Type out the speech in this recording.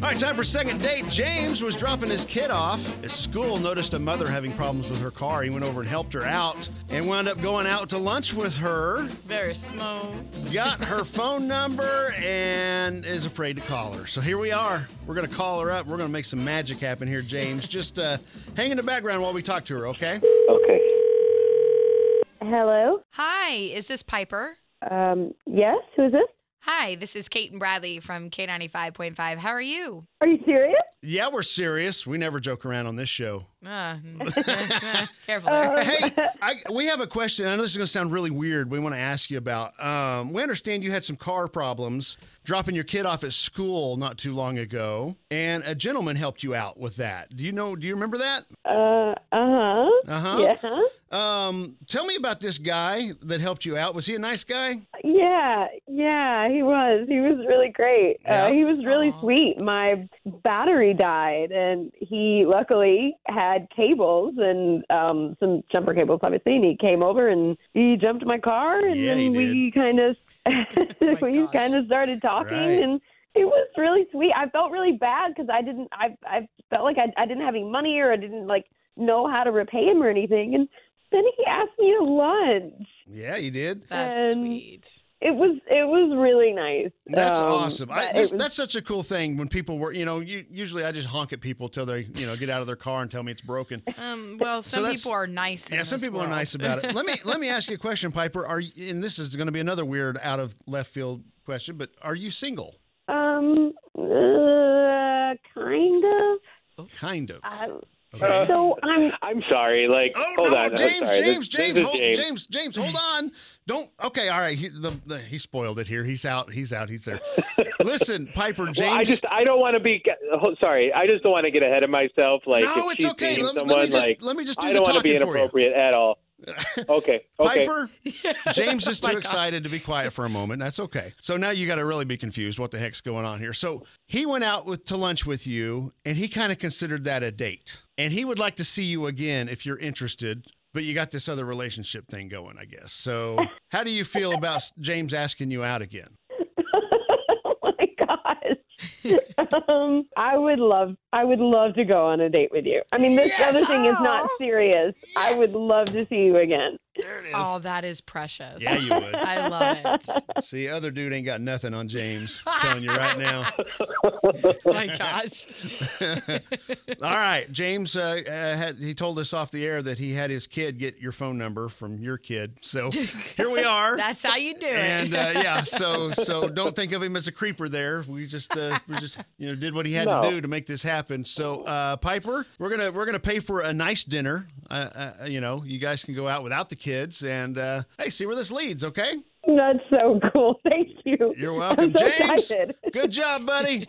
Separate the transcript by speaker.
Speaker 1: All right, time for second date. James was dropping his kid off at school, noticed a mother having problems with her car. He went over and helped her out and wound up going out to lunch with her,
Speaker 2: Very smooth.
Speaker 1: got her phone number, and is afraid to call her. So here we are. We're going to call her up. We're going to make some magic happen here, James. Just uh, hang in the background while we talk to her, okay?
Speaker 3: Okay.
Speaker 4: Hello.
Speaker 2: Hi, is this Piper?
Speaker 4: Um, yes. Who is this?
Speaker 2: Hi, this is Kate and Bradley from K95.5. How are you?
Speaker 4: Are you serious?
Speaker 1: Yeah, we're serious. We never joke around on this show.
Speaker 2: Uh, careful there.
Speaker 1: Hey, I, we have a question. I know this is going to sound really weird. We want to ask you about. Um, we understand you had some car problems dropping your kid off at school not too long ago, and a gentleman helped you out with that. Do you know? Do you remember that?
Speaker 4: Uh, uh-huh.
Speaker 1: Uh-huh.
Speaker 4: Yeah.
Speaker 1: Um, tell me about this guy that helped you out. Was he a nice guy?
Speaker 4: Yeah. Yeah, he was. He was really great.
Speaker 1: Yeah?
Speaker 4: Uh, he was really
Speaker 2: Aw.
Speaker 4: sweet. My battery died and he luckily had cables and um some jumper cables obviously and he came over and he jumped my car and
Speaker 1: Yeah, he Oh
Speaker 4: then we kind of
Speaker 2: my
Speaker 4: we
Speaker 2: gosh.
Speaker 4: kind of started talking
Speaker 1: Right.
Speaker 4: and it was really sweet. I felt really bad because I didn't. I I felt like I I didn't have any money or I didn't like know how to repay him or anything. And then he asked me to lunch.
Speaker 1: Yeah, he did.
Speaker 2: That's
Speaker 4: Um,
Speaker 2: sweet.
Speaker 4: It was it was really nice.
Speaker 1: That's
Speaker 4: Um,
Speaker 1: awesome. I,
Speaker 4: but
Speaker 1: this,
Speaker 4: it was-
Speaker 1: that's such a cool thing when people were, you know, you, usually I just honk at people till they, you know, get out of their car and tell me it's broken.
Speaker 2: Um, well, some
Speaker 1: that's-
Speaker 2: people are nice. in
Speaker 1: Yeah, some
Speaker 2: this
Speaker 1: people are
Speaker 2: world.
Speaker 1: nice about it. Let me let me ask you a question, Piper. Are you, and this is going to be another weird out of left field question, but are you single?
Speaker 4: um uh, kind of.
Speaker 2: Oh.
Speaker 1: Kind of.
Speaker 4: I,
Speaker 1: Okay.
Speaker 4: so I'm
Speaker 3: I'm sorry. Like,
Speaker 1: oh
Speaker 3: Uh, hold
Speaker 1: no,
Speaker 3: on. I'm
Speaker 1: James,
Speaker 3: sorry.
Speaker 1: James,
Speaker 3: This- this
Speaker 1: James,
Speaker 3: is
Speaker 1: hold,
Speaker 3: James.
Speaker 1: James, James, hold on. Don't. Okay, all right. He, the, the, he spoiled it here. He's out. He's out. He's there. Listen, Piper, James.
Speaker 3: Well, I just, I don't want to be. oh, Sorry, I just don't want to get ahead of myself. Like,
Speaker 1: no,
Speaker 3: if
Speaker 1: it's
Speaker 3: she's
Speaker 1: okay.
Speaker 3: dating
Speaker 1: Let, me- let
Speaker 3: someone,
Speaker 1: me just
Speaker 3: like,
Speaker 1: let me just do
Speaker 3: I
Speaker 1: the
Speaker 3: don't want to
Speaker 1: talking
Speaker 3: be
Speaker 1: for you.
Speaker 3: inappropriate at all. Okay. Okay.
Speaker 1: Piper, James is
Speaker 2: Oh my
Speaker 1: too
Speaker 2: gosh.
Speaker 1: excited to be quiet for a moment. That's okay. So now you got to really be confused what the heck's going on here. So he went out with to lunch with you, and he kind of considered that a date. And he would like to see you again if you're interested, but you got this other relationship thing going, I guess. So how do you feel about s- James asking you out again?
Speaker 4: oh my gosh. um, I would love, I would love to go on a date with you. I mean, this
Speaker 1: Yes!
Speaker 4: other thing is not
Speaker 1: Oh,
Speaker 4: serious. I would love to see you again.
Speaker 1: There it is.
Speaker 2: Oh, that is precious.
Speaker 1: yeah, you would.
Speaker 2: I love it.
Speaker 1: See, other dude ain't got nothing on James. I'm telling you right now.
Speaker 2: My gosh.
Speaker 1: All right, James. Uh, uh, had, he told us off the air that he had his kid get your phone number from your kid. So here we are.
Speaker 2: That's how you do it.
Speaker 1: and uh, yeah, so so don't think of him as a creeper. There, we just uh, we just you know did what he had to
Speaker 3: No.
Speaker 1: do to make this happen. So uh, Piper, we're gonna we're gonna pay for a nice dinner. Uh, uh, you know, you guys can go out without the kids and uh, hey, see where this leads. Okay,
Speaker 4: That's so cool. Thank you.
Speaker 1: you're
Speaker 4: I'm
Speaker 1: welcome,
Speaker 4: so
Speaker 1: James.
Speaker 4: excited.
Speaker 1: Good job, buddy.